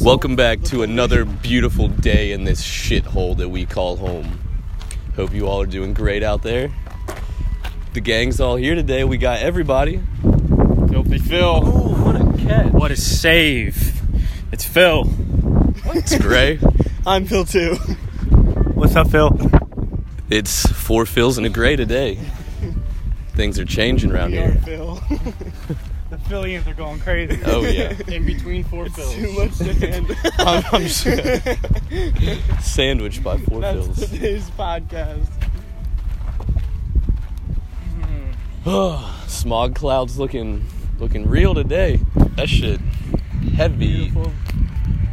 Welcome back to another beautiful day in this shithole that we call home. Hope you all are doing great out there. The gang's all here today. We got everybody. Filthy Phil. Oh, what a catch. What a save! It's Phil. It's Gray. I'm Phil too. What's up, Phil? It's four Phils and a Gray today. Things are changing around We are here. Phil. The Phillians are going crazy. Oh, yeah. In between four Too much to handle. I'm, I'm sure. Sandwiched by four That's Phils. today's podcast. Smog clouds looking looking real today. That shit heavy. Beautiful.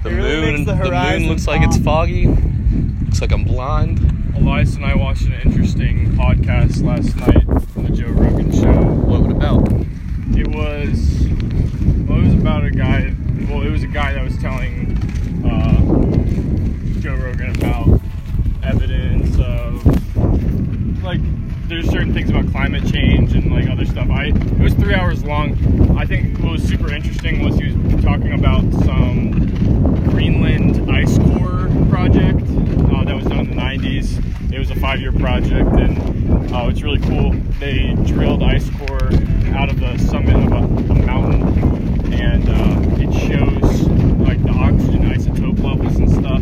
The It really moon makes the the, moon horizon looks like it's foggy. Looks like I'm blind. Elias and I watched an interesting podcast last night on the Joe Rogan show. What about? It was well, it was about a guy. Well, it was a guy that was telling uh, Joe Rogan about evidence of like there's certain things about climate change and like other stuff. I it was three hours long. I think what was super interesting was he was talking about some Greenland Ice Core project uh, that was done in the 90s. It was a five year project, and uh, it's really cool. They drilled ice core out of the summit of a, a mountain, and uh, it shows like the oxygen isotope levels and stuff,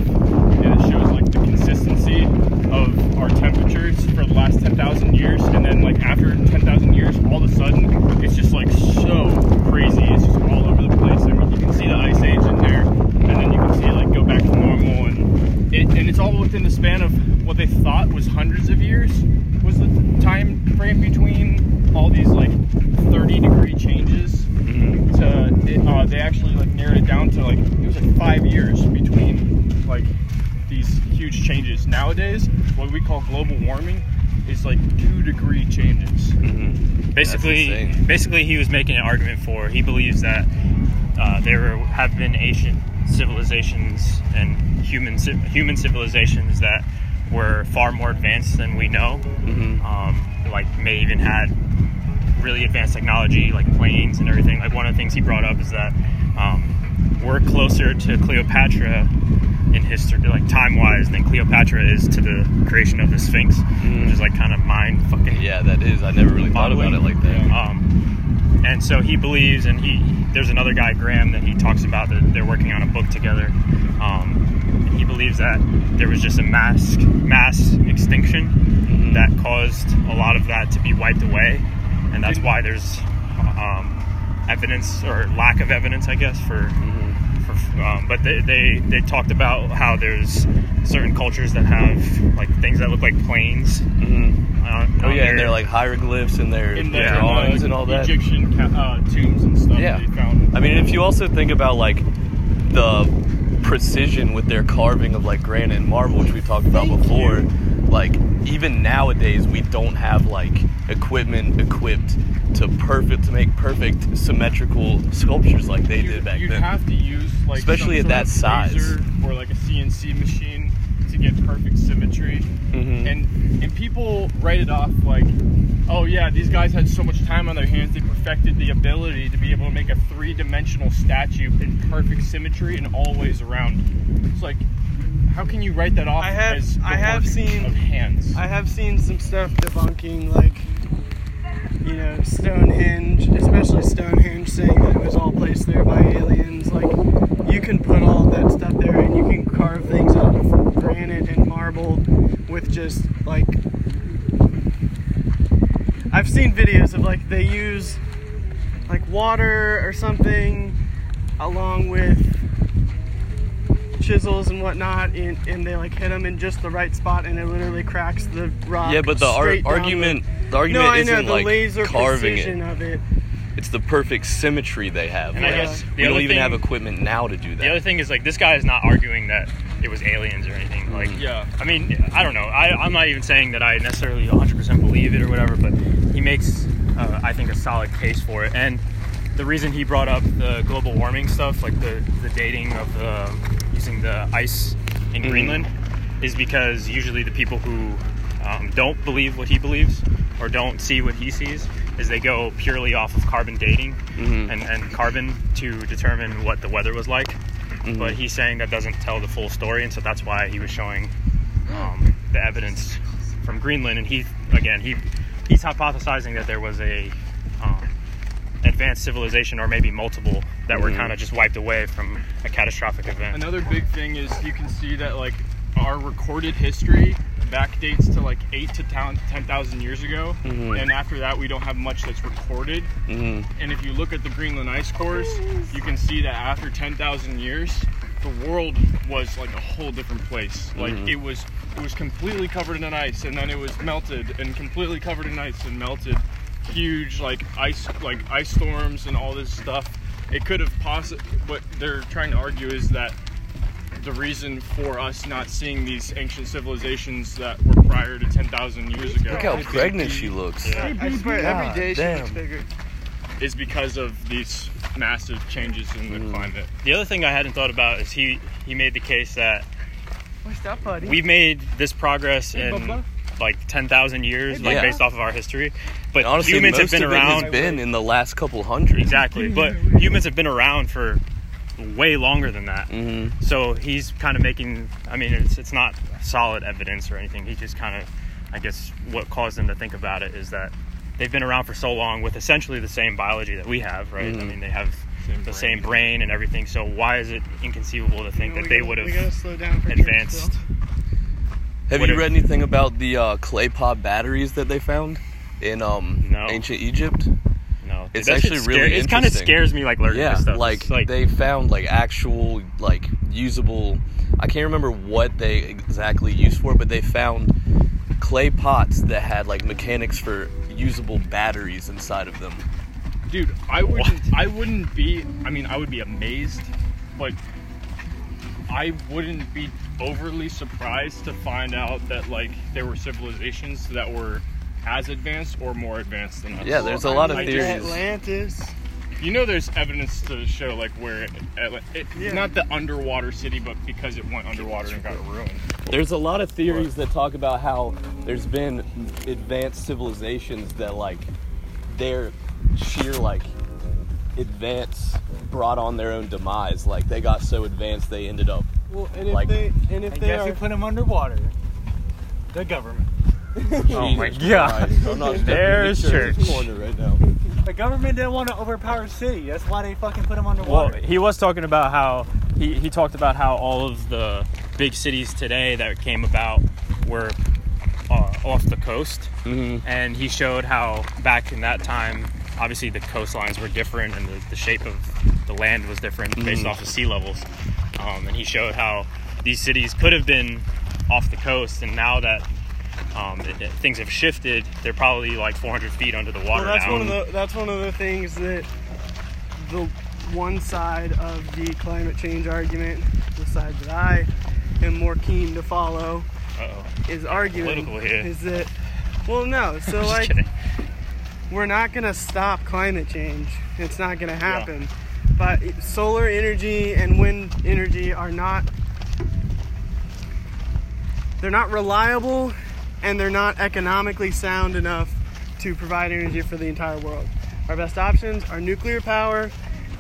and it shows like the consistency of our temperatures for the last 10,000 years, and then like after 10,000 years, all of a sudden, it's just like so crazy. It's just all over the place. I mean, you can see the ice age in there, and then you can see it like go back to normal, and it, and it's all within the span of what they thought was hundreds of years was the time frame between all these like 30 degree changes. Mm-hmm. To it, uh, they actually like narrowed it down to like it was like five years between like these huge changes. Nowadays, what we call global warming is like two degree changes. Mm-hmm. That's Basically, insane. basically, he was making an argument for. He believes that uh, there have been ancient civilizations and human civ- human civilizations that were far more advanced than we know. Um, like may even had really advanced technology, like planes and everything. Like one of the things he brought up is that um, we're closer to Cleopatra in history, like time wise, than Cleopatra is to the creation of the Sphinx, which is like kind of mind fucking Yeah, that is. I never really thought about it Boggling. like that. Um, and so he believes, and he there's another guy, Graham, that he talks about that they're working on a book together. Um, and he believes that there was just a mass mass extinction Mm-hmm. that caused a lot of that to be wiped away, and that's why there's um, evidence or lack of evidence, I guess, for. Mm-hmm. for um, but they, they they talked about how there's certain cultures that have like things that look like planes. on- Oh on yeah, their- and they're like hieroglyphs and their In the Yeah, drawings uh, and all that. Egyptian ca- uh, tombs and stuff Yeah. they found. I mean, if you also think about like the precision with their carving of like granite and marble, which we've talked about before, like even nowadays we don't have like equipment equipped to perfect to make perfect symmetrical sculptures like they you, did back you'd then. have to use like Especially some at sort that size. of laser or like a CNC machine to get perfect symmetry. Mm-hmm. And and people write it off like, oh yeah, these guys had so much time on their hands. They perfected the ability to be able to make a three-dimensional statue in perfect symmetry and all ways around. It's like, how can you write that off I have- as the I have work seen- of hands? I have seen some stuff debunking, like, you know, Stonehenge, especially Stonehenge, saying that it was all placed there by aliens. Like, you can put all that stuff there and you can carve things out of granite and marble with just, like, I've seen videos of, like, they use, like, water or something along with chisels and whatnot and, and they like hit them in just the right spot and it literally cracks the rock yeah, but the ar- straight down argument the no, argument I isn't know the like laser carving precision it. of it. It's the perfect symmetry they have. And like, I guess we the don't other even thing, have equipment now to do that. the other thing is like this guy is not arguing that it was aliens or anything. Like, Mm-hmm. Yeah. I mean, I don't know. I, I'm not even saying that I necessarily 100% believe it or whatever, but he makes, uh, I think, a solid case for it. And the reason he brought up the global warming stuff, like the, the dating of the um, using the ice Mm-hmm. in Greenland, is because usually the people who um, don't believe what he believes or don't see what he sees is they go Mm-hmm. purely off of carbon dating and, and carbon to determine what the weather was like But he's saying that doesn't tell the full story, and so that's why he was showing um, the evidence from Greenland. And he, again, he he's hypothesizing that there was a um, advanced civilization, or maybe multiple, that were Mhm. kind of just wiped away from a catastrophic event. Another big thing is you can see that like our recorded history backdates to like eight to town- ten thousand years ago, Mhm. and after that we don't have much that's recorded. Mhm. And if you look at the Greenland ice cores, you can see that after ten thousand years, the world was like a whole different place. Like Mhm. it was it was completely covered in ice, and then it was melted and completely covered in ice and melted. Huge like ice like ice storms and all this stuff. It could have possibly. What they're trying to argue is that the reason for us not seeing these ancient civilizations that were prior to 10,000 years ago Look how pregnant she looks. I swear, God every day she looks damn. bigger. is because of these massive changes in the climate. The other thing I hadn't thought about is he he made the case that What's that, buddy? we've made this progress Hey, in Bubba. like 10,000 years, like Yeah. based off of our history. But Honestly, humans have most been of it around. has been in the last couple hundred. exactly. But humans have been around for way longer than that. hmm So he's kind of making, I mean, it's, it's not solid evidence or anything. He just kind of, I guess, what caused him to think about it is that they've been around for so long with essentially the same biology that we have, right? I Mhm. mean, they have Same the brain. same brain and everything. So why is it inconceivable to think You know, we that they gotta- would we gotta have slow down for Church advanced? Bill. Have What you if- read anything about the uh, clay pot batteries that they found in um, No. ancient Egypt? No, It's that shit actually scare- really It kind of interesting. scares me, like learning yeah, this stuff. Like, It's like they found like actual like usable. I can't remember what they exactly used for, but they found clay pots that had like mechanics for usable batteries inside of them. Dude, I wouldn't What? I wouldn't be I mean, I would be amazed, but I wouldn't be overly surprised to find out that like there were civilizations that were as advanced or more advanced than us. Yeah, there's a lot of I just- theories. Atlantis. You know, there's evidence to show like where, it, Atla- it, Yeah. not the underwater city, but because it went underwater and got ruined. There's a lot of theories that talk about how there's been advanced civilizations that like their sheer like advance brought on their own demise. Like they got so advanced they ended up Well, and if Like- they and if And they guess are who put them underwater? The government. Oh my god. I'm not stepping There's into this church. corner right now. The government didn't want to overpower the city. That's why they fucking put them Well, underwater. he was talking about how he, he talked about how all of the big cities today that came about were uh, off the coast, Mhm. and he showed how back in that time, obviously the coastlines were different and the, the shape of the land was different based off of sea levels, um, and he showed how these cities could have been off the coast, and now that um, it- it- things have shifted, they're probably like 400 feet under the Well, water that's now. one of the that's one of the things that the one side of the climate change argument, the side that I am more keen to follow, Uh-oh. is arguing Political here. is that well, no. So Just like kidding. we're not gonna stop climate change. It's not gonna happen. But solar energy and wind energy are not they're not reliable and they're not economically sound enough to provide energy for the entire world. Our best options are nuclear power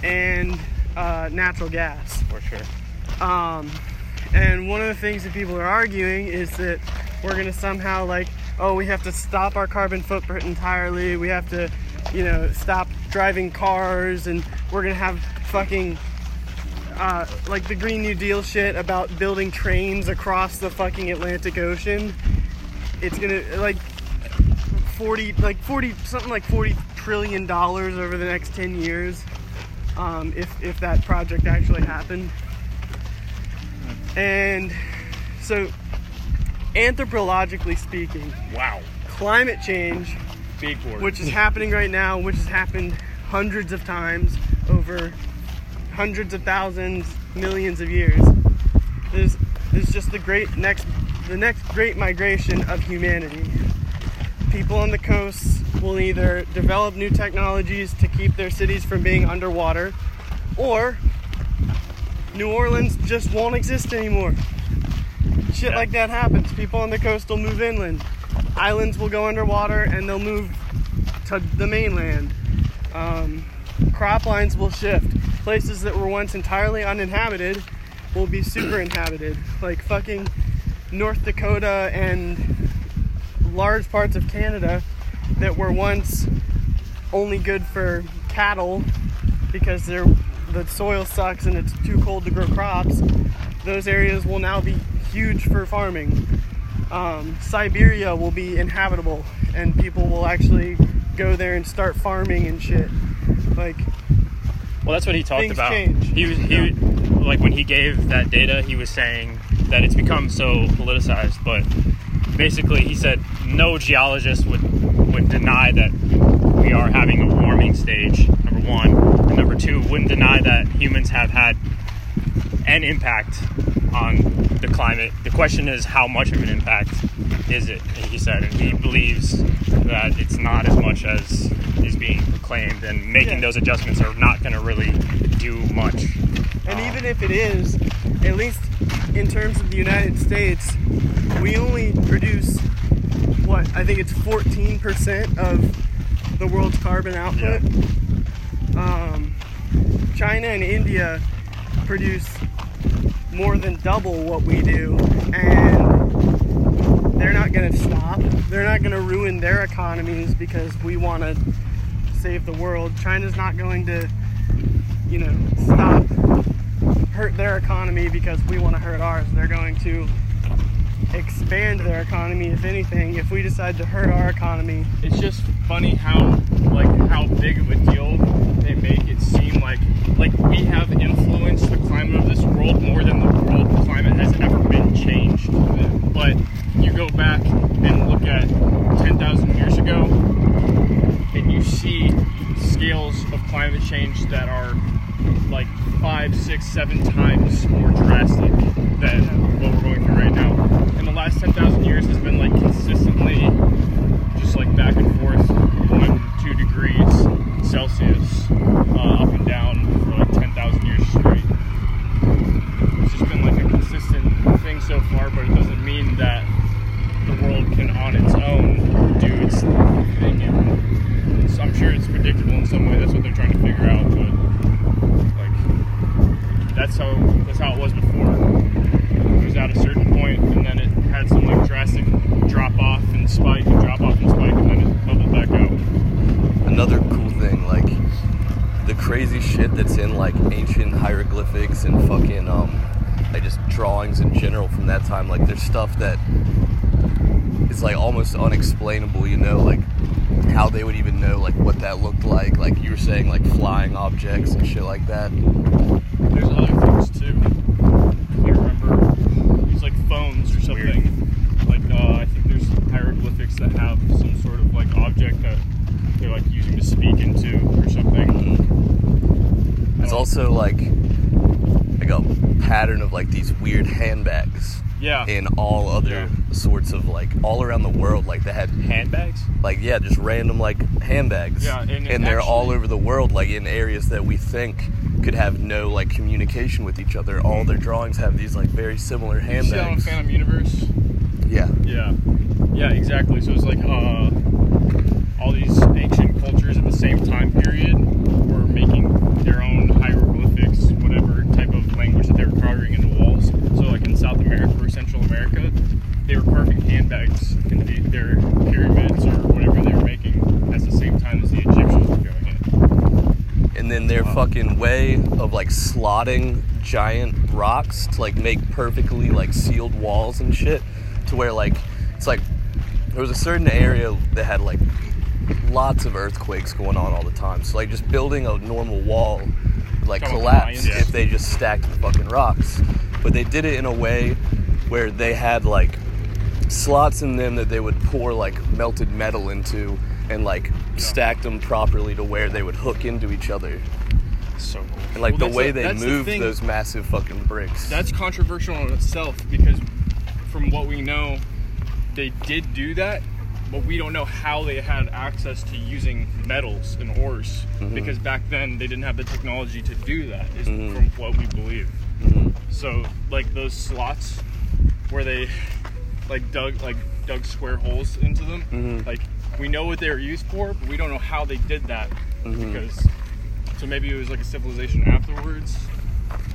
and uh, natural gas. for sure. And one of the things that people are arguing is that we're gonna somehow like, oh, we have to stop our carbon footprint entirely. We have to, you know, stop driving cars, and we're gonna have fucking. Uh, like the Green New Deal shit about building trains across the fucking Atlantic Ocean. It's gonna like forty, like forty, something like forty trillion dollars over the next ten years, um, if if that project actually happened. And so, anthropologically speaking, Wow, climate change, big word. which is happening right now, which has happened hundreds of times over hundreds of thousands, millions of years, is is just the great next the next great migration of humanity. People on the coasts will either develop new technologies to keep their cities from being underwater, or New Orleans just won't exist anymore. Shit like that happens. People on the coast will move inland. Islands will go underwater and they'll move to the mainland. Um, crop lines will shift. places that were once entirely uninhabited will be super inhabited. Like fucking North Dakota and large parts of Canada that were once only good for cattle because they're, the soil sucks and it's too cold to grow crops. Those areas will now be huge for farming. Um, Siberia will be inhabitable and people will actually go there and start farming and shit. Like, Well, that's what he talked Things about. change. He was he like when he gave that data, he was saying that it's become so politicized, but basically he said no geologist would would deny that we are having a warming stage. Number one, and number two, wouldn't deny that humans have had an impact on the climate. The question is how much of an impact is it? He said, and he believes that it's not as much as is being proclaimed, and making Yeah. those adjustments are not going to really do much. And even if it is, at least in terms of the United States, we only produce what I think it's 14% of the world's carbon output. Um, China and India produce more than double what we do, and they're not going to stop. They're not going to ruin their economies because we want to save the world. China's not going to, you know, stop hurt their economy because we want to hurt ours. They're going to expand their economy, if anything, if we decide to hurt our economy. it's just funny how like how big of a deal they make it seem like like we have influenced the climate of this world more than the world climate has ever been changed. But you go back and look at 10,000 years ago and you see scales of climate change that are like five, six, seven times more drastic than what we're going through right now. And the last 10,000 years has been like consistently just like back and forth, one, two degrees Celsius, uh, up and down for like 10,000 years straight. It's just been like a consistent thing so far, but it doesn't mean that the world can on its own do its thing. And so I'm sure it's predictable in some way. That's what they're trying to figure out, but like that's how that's how it was before it was at a certain point and then it had some like drastic drop off and spike and drop off and spike and then it bubbled back out. another cool thing, like the crazy shit that's in like ancient hieroglyphics and fucking um like just drawings in general from that time, like there's stuff that is like almost unexplainable, you know, like how they would even know like what that looked like, like you were saying like flying objects and shit like that. There's other things too. I can't remember. It's like phones or something. Like uh, I think there's hieroglyphics that have some sort of like object that they're like using to speak into or something. Mm-hmm. There's also like like a pattern of like these weird handbags Ah. Yeah. in all other sorts of like all around the world, like they had Handbags? like yeah, just random like handbags. Yeah, and it they're all actually- over the world, like in areas that we think could have no like communication with each other. All their drawings have these like very similar You see that on handbags. Phantom Universe? Yeah, Yeah. Yeah, exactly. So it's like uh, all these ancient cultures at the same time period were making their own hieroglyphics, whatever type of language that they were carving into walls. So like in South America or Central America, they were carving handbags into the, their pyramids or whatever they were making at the same time as the Egyptians were doing it. and then their fucking way of like slotting giant rocks to like make perfectly like sealed walls and shit to where like it's like there was a certain area that had like lots of earthquakes going on all the time. So like just building a normal wall would, like Come with collapse lions. Yeah. if they just stacked the fucking rocks. But they did it in a way where they had like slots in them that they would pour like melted metal into and like stacked them properly to where they would hook into each other. So cool. And like Well, the that's way the- they that's the moved thing. those massive fucking bricks. That's controversial in itself because from what we know, they did do that, but we don't know how they had access to using metals and ores because back then they didn't have the technology to do that, is from what we believe. So, like those slots where they like dug like dug square holes into them, like we know what they were used for, but we don't know how they did that because So maybe it was like a civilization afterwards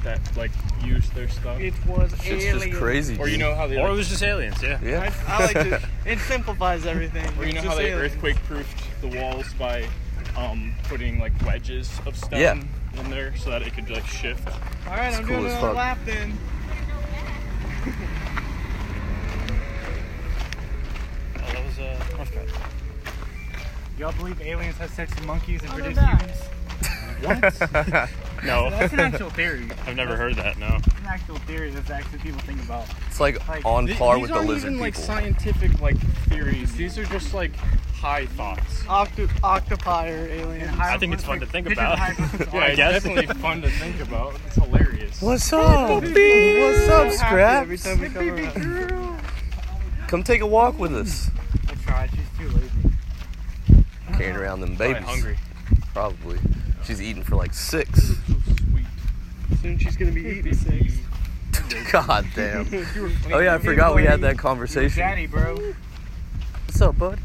that like used their stuff. It was It's alien. just crazy. or you dude. know how they Or it was just aliens, yeah. Yeah. I, I like to. It simplifies everything. or you know It's how just they alien. earthquake proofed the walls by um, putting like wedges of stone Yeah. in there so that it could like shift. Oh, All right, It's I'm cool doing as another fuck. lap then. Oh, that was uh, Y'all believe aliens have sex with monkeys and Oh, produce they're back. humans? No, That's an actual theory. I've never heard that. No. It's an actual theory that's actually people think about. It's like Like, on Th- par these with the aren't lizard even like people. scientific like theories. These are just like high thoughts. Octo- octopi or alien. I think it's fun to think about. Yeah, it's guess. definitely fun to think about. It's hilarious. What's up? What's up, Every Scraps? time we come around. Come take a walk with us. I tried. She's too lazy. Carrying around them Probably babies. hungry. Probably. She's eating for like six. Soon she's gonna be eating six. God damn. Oh yeah, I forgot we had that conversation. Daddy, bro. What's up, bud?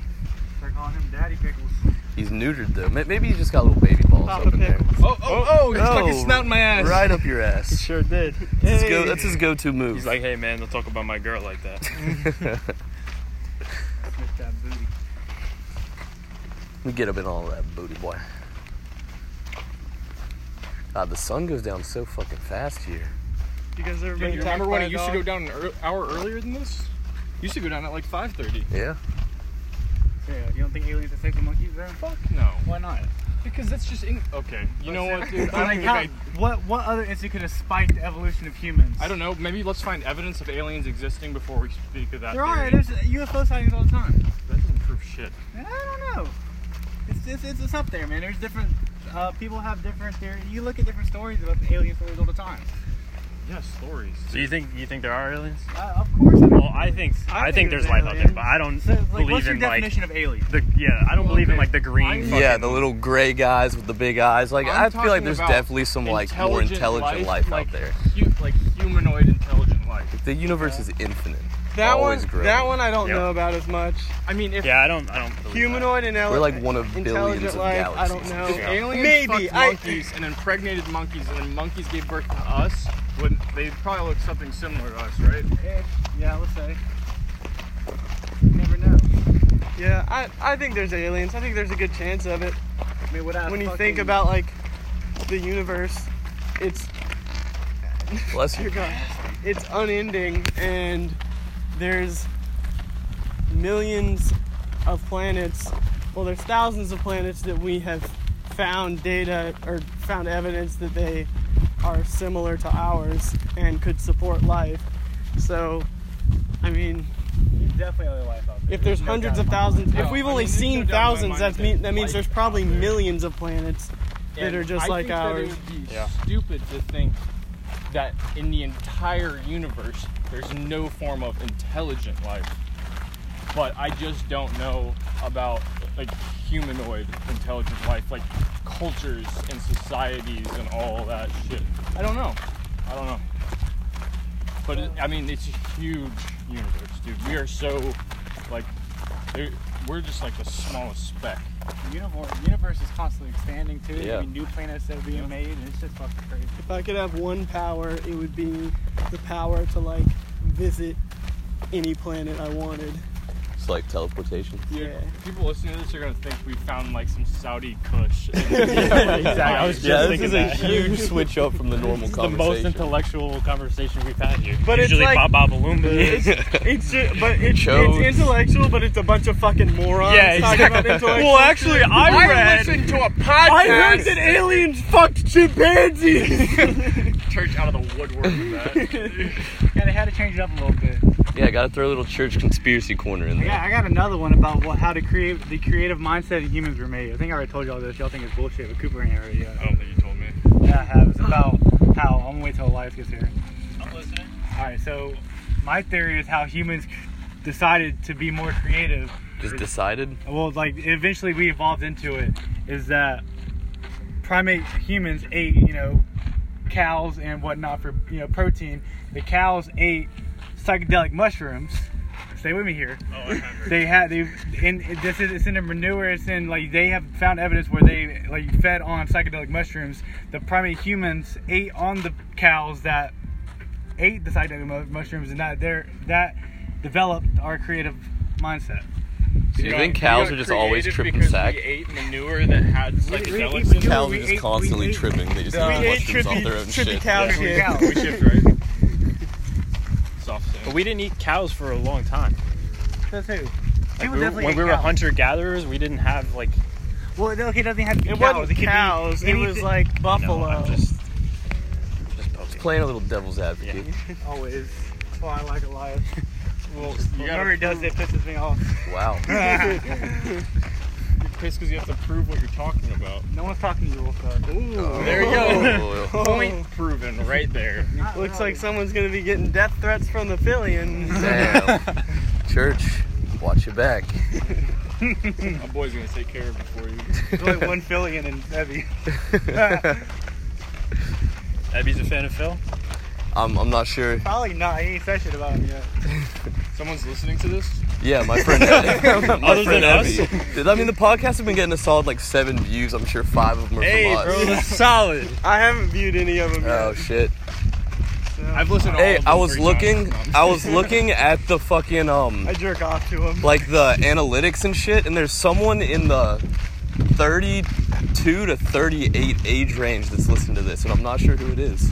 They're calling him Daddy Pickles. He's neutered though. May- Maybe he just got little baby balls Papa up in there. Pickles. Oh, oh, oh! He stuck his Oh, snout in my ass. Right up your ass. Sure did. That's his go- that's his go-to move. He's like, hey man, don't talk about my girl like that. Sniff that booty. Get up in all that booty, boy. God, the sun goes down so fucking fast here. You guys ever Dude, been you attacked remember by when a it used to dog? go down an ear- hour earlier than this? It used to go down at like 5:30. Yeah. So, you don't think aliens have sex with monkeys, bro? Fuck no. Why not? Because that's just in. Okay. You know what, dude? But I like, don't think how- I. what what other incident could have spiked the evolution of humans? I don't know. Maybe let's find evidence of aliens existing before we speak of that. There are. theory. There's UFO sightings all the time. That doesn't prove shit. Man, I don't know. It's it's, it's, it's up there, man. There's different. Uh, people have different theories. You look at different stories about the alien stories all the time. Yeah, stories. So you think you think there are aliens? Uh, of course. I Well, I think I, think there's life out there, aliens. but I don't So, like, believe what's your in like definition of alien? the yeah. I don't Well, believe in okay. like the green. I'm- fucking- Yeah, the little gray guys with the big eyes. Like i I'm feel like talking there's about definitely some like more intelligent life, like, out there. hu- like humanoid intelligent life. The universe is infinite. That one, Always growing. that one I don't Yep. know about as much. I mean, if Yeah, I don't. I don't. Believe that. Humanoid and ele- We're like one of intelligent billions of life, I don't galaxies. know. If aliens Maybe, fucked I- monkeys and impregnated monkeys, and then monkeys gave birth to us, would they probably look something similar to us, right? Eh, yeah, let's say. You never know. Yeah, I, I think there's aliens. I think there's a good chance of it. I mean, without When you think fucking- about like the universe, it's Bless dear you. God, it's unending, and there's millions of planets. Well, there's thousands of planets that we have found data or found evidence that they are similar to ours and could support life. So, I mean, There's definitely other life out there. if there's no hundreds doubt of about thousands, No, if we've I only mean, there's seen no doubt in my thousands, mind that's that mean, that means life there's is out probably there. millions of planets that And are just I like think that ours. It would be Yeah. stupid to think that in the entire universe there's no form of intelligent life. But I just don't know about like humanoid intelligent life, like cultures and societies and all that shit. I don't know. I don't know. But it, I mean, it's a huge universe, dude. We are so like there- we're just like the smallest speck. The universe, universe is constantly expanding too. Yeah. There'll be new planets that are being made, and it's just fucking crazy. If I could have one power, it would be the power to like visit any planet I wanted. It's like teleportation. Dude, Yeah. people listening to this are gonna think we found like some Saudi Kush. exactly. I was just Yeah, this thinking is a that. huge switch up from the normal the most conversation. intellectual conversation we've had here. But it's Usually like- Bob Babalumba. It's just, but it's, Chose. it's intellectual, but it's a bunch of fucking morons Yeah, talking about intellectual. well, actually, I read. to a podcast. I heard that aliens fucked chimpanzees. church out of the woodwork with that. Yeah, they had to change it up a little bit. Yeah, gotta throw a little church conspiracy corner in there. Yeah, I got another one about what, how to create the creative mindset in humans were made. I think I already told y'all this. Y'all think it's bullshit, but Cooper ain't already. I Yeah, don't think you told me. yeah I have. It's about how I'm gonna wait till Elias gets here. I'm listening. All right, so my theory is how humans decided to be more creative. Just decided. Well, like eventually we evolved into it. Is that primate humans ate, you know, cows and whatnot for you know protein. The cows ate psychedelic mushrooms. Stay with me here. Oh, I have it. They had they in it- this is it's in the manure. It's in like they have found evidence where they like fed on psychedelic mushrooms. The primate humans ate on the cows that ate the psychedelic mu- mushrooms, and that there that developed our creative mindset. Do you think cows are just always tripping sack? We ate manure that had we- psychedelics. we- Cows are ate- just we constantly ate- tripping. They just eat we ate mushrooms off trippy, their own trippy shit. cow Yeah. shit. We shift right. Soft But we didn't eat cows for a long time. Says who? Like, People we- definitely when ate we were cows. hunter gatherers, we didn't have like. Well, okay, it doesn't have to be It cows. wasn't it could be cows. It was anything- like No, buffalo. I'm just. Just poking. Playing a little devil's advocate. always. That's why I "Oh, like Elias. Well, you Whenever gotta he does it, it pisses me off. Wow. piss because you have to prove what you're talking about. No one's talking to you, Wolfgang. There you go. Oh. Point proven right there. Looks like someone's gonna be getting death threats from the Phillians. Damn. Oh, Church, watch your back. My boy's gonna take care of it for you. There's only one Phillian in Evie. Abby's a fan of Phil. I'm, I'm not sure. Probably not. He ain't said shit about him yet. Someone's listening to this. Yeah, my friend. my Other than us? Abby. I mean, the podcast has been getting a solid like seven views. I'm sure five of them are from us. solid. I haven't viewed any of them Oh yet. shit! I've listened. to all Hey, of them I was three times. looking, I was looking at the fucking um, I jerk off to them. like the analytics and shit, and there's someone in the 32 to 38 age range that's listening to this, and I'm not sure who it is.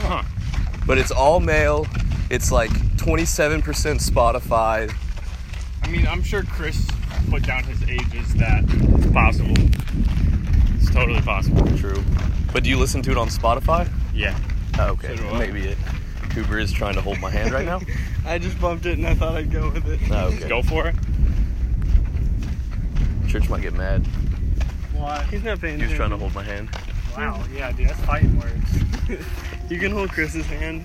Huh. But it's all male. It's like 27% Spotify. I mean, I'm sure Chris put down his age as that possible. It's totally possible. True. But do you listen to it on Spotify? Yeah. Oh, okay, So do I. maybe it. Cooper is trying to hold my hand right now. I just bumped it and I thought I'd go with it. Oh, Just okay. go for it. Church might get mad. Why? He's not paying He was attention. trying to hold my hand. Wow. Yeah, dude. That's fighting words. You can hold Chris's hand.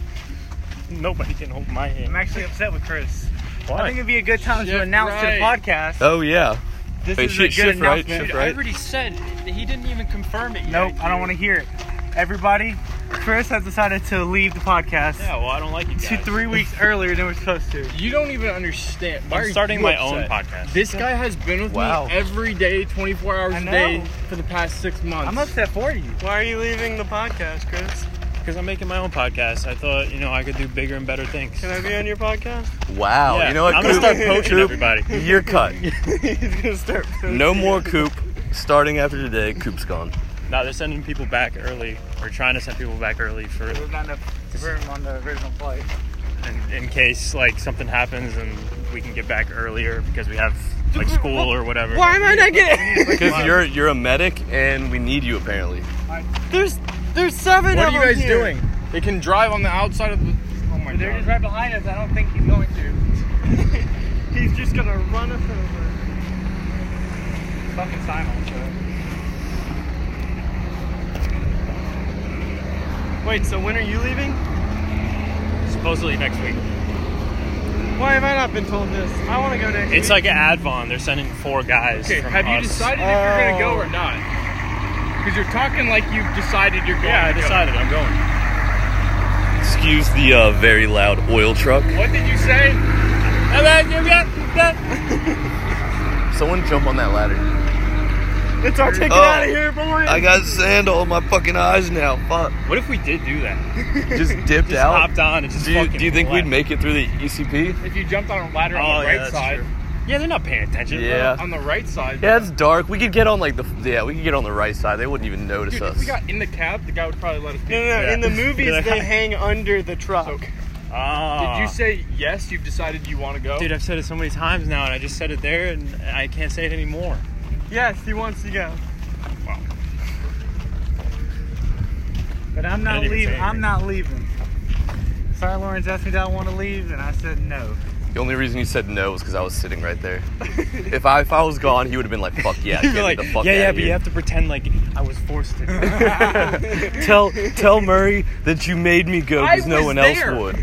Nobody can hold my I'm hand. actually upset with Chris. I think Why? it'd be a good time to Shift announce right. to the podcast. Oh yeah. This Hey, is shit, a good shift right, announcement. shift right. said he didn't even confirm it. Nope. I don't want to hear it. Everybody, Chris has decided to leave the podcast Yeah. Well, I don't like you guys. two, three weeks earlier than we're supposed to. You don't even understand. Why are I'm starting you my upset? own podcast. This guy has been with Wow. me every day, 24 hours I a know. day for the past six months. I'm upset for you. Why are you leaving the podcast, Chris? because I'm making my own podcast. I thought you know I could do bigger and better things. Can I be on your podcast? Wow. Yeah, Oh, You know what? I'm gonna Coop? start poaching Coop, everybody. You're cut. He's gonna start. No more Coop. Starting after today, Coop's gone. No, they're sending people back early, or trying to send people back early for There's not enough room on the original flight. in, in case like something happens and we can get back earlier because we have like school or whatever. Why am I not getting? Because you're you're a medic and we need you apparently. There's there's seven What of are you them guys here. doing? They can drive on the outside of the. Oh my They're just god. right behind us. I don't think he's going to. He's just gonna run us over. Fucking sign on, so. Wait, so when are you leaving? Supposedly next week. Why have I not been told this? I want to go next. It's week. like an Advon. They're sending four guys. Okay, from have you us. decided if you're gonna go Oh. or not? Because you're talking like you've decided you're going. Yeah, I to go. decided. I'm going. Excuse the uh, very loud oil truck. What did you say? And then you got that. Someone jump on that ladder. it's our ticket Oh. out of here, boy. I got sand all in my fucking eyes now. Fuck. What if we did do that? Just dipped Just out. hopped on and just do you, fucking do you think left. we'd make it through the E ECP? If you jumped on a ladder on Oh, the yeah, right that's side, true. Yeah, they're not paying attention. Yeah. on the right side. Yeah, it's dark. We could get on like the yeah, we could get on the right side. They wouldn't even notice Dude, us. if we got in the cab, the guy would probably let us. No, no, no. Yeah. In the movies, Yeah. they hang under the truck. Oh. Did you say yes? You've decided you want to go. Dude, I've said it so many times now, and I just said it there, and I can't say it anymore. Yes, he wants to go. But I'm I not didn't even say leaving. I'm anything. not leaving. Sorry, Lawrence asked me, do I want to leave? And I said no. the only reason he said no was because I was sitting right there. if I if I was gone, he would have been like, "Fuck yeah, You're get like, the fuck yeah, outta yeah, but you here." have to pretend like I was forced to. do it." tell tell Murray that you made me go I because no was one there. else would.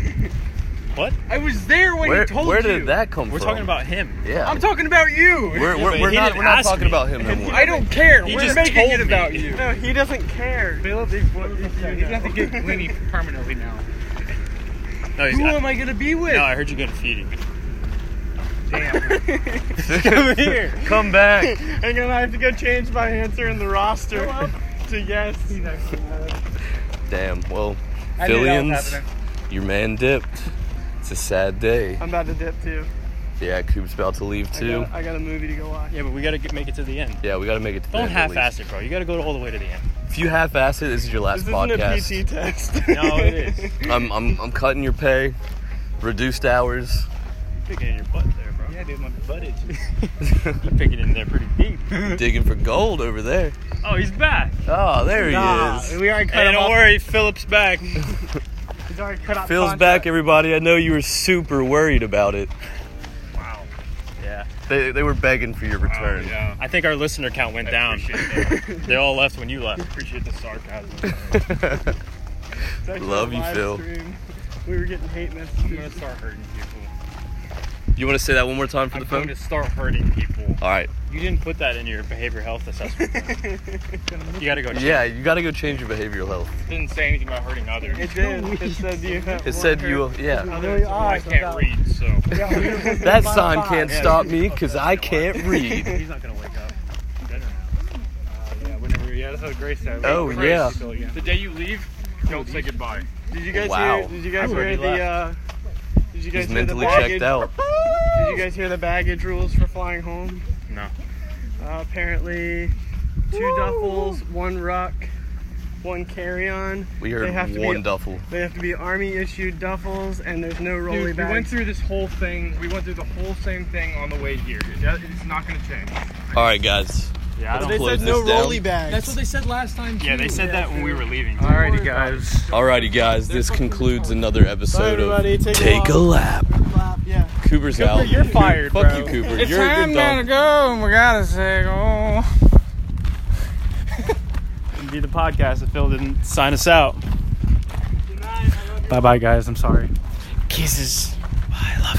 what? I was there when Where, he told where you. did that come We're from? talking about him. Yeah. I'm talking about you. we're Yeah, we're, but we're he not didn't we're not ask talking me. about him no more. I don't care. He We're just making told it me. about you. No, he doesn't care. Philip, they, you have to get Queenie permanently now. No, he's Who not. am I gonna be with? No, I heard you getting feeding. Damn. Come here. Come back. I'm gonna have to go change my answer in the roster to yes. Damn. Well, I knew that was Phillians, happening. your man dipped. It's a sad day. I'm about to dip too. Yeah, Coop's about to leave I too. got, I got a movie to go watch. Yeah, but we gotta get, make it to the end. Yeah, we gotta make it. To the Don't end at least. half-ass it, bro. You gotta go all the way to the end. If you half-ass it, this is your last This podcast. isn't a PT test. No, it is. I'm, I'm, I'm cutting your pay, reduced hours. Picking in your butt there, bro. Yeah, dude, my butt itches. You pick it in there pretty deep. digging for gold over there. Oh, he's back. Oh, there he Nah, is. we already cut Hey, him don't off. worry, Philip's back. He's already cut off Phil's contract. back, everybody. I know you were super worried about it. Wow. Yeah. They, they were begging for your return. yeah. I think our listener count went down. They all left when you left. Appreciate the sarcasm. It's actually Love a you, live Phil. stream. We were getting hate I'm gonna messages. start hurting people. You want to say that one more time for I'm the going phone? to start hurting people. All right. You didn't put that in your behavior health assessment. you gotta go. check. Yeah, you got to go change your behavioral health. Didn't say anything about hurting others. It did. It said you. It said you. Yeah. Other I can't read, so That sign can't stop me because I can't read. he's not gonna wake up. Uh, Yeah, whenever. Yeah, that's how Grace said. Oh yeah. The day you leave, don't say goodbye. Did you guys Wow. hear? Did you guys I already hear the? Uh, did you guys He's hear the mentally baggage? checked out. Did you guys hear the baggage rules for flying home? No. Uh, apparently, two duffels, one ruck, one carry-on. We They have heard to one be, duffel. They have to be army-issued duffels, and there's no rolly Dude, we bags. went through this whole thing. We went through the whole same thing on the way here. It- It's not gonna change. All right, guys. Yeah, I Let's don't. they close said no this down. rolly bags. That's what they said last time. Yeah, they said that when we were leaving. Alrighty, guys. Alrighty, guys. This concludes another Bye, episode of everybody. Take, Take a a Lap. lap. Yeah. Cooper's out. you're Coop- fired, Fuck bro. you, Cooper. you're a good dog. go, and we gotta say go. It'd be the podcast if Phil didn't sign us out. Bye bye, guys. I'm sorry. Kisses. I love you.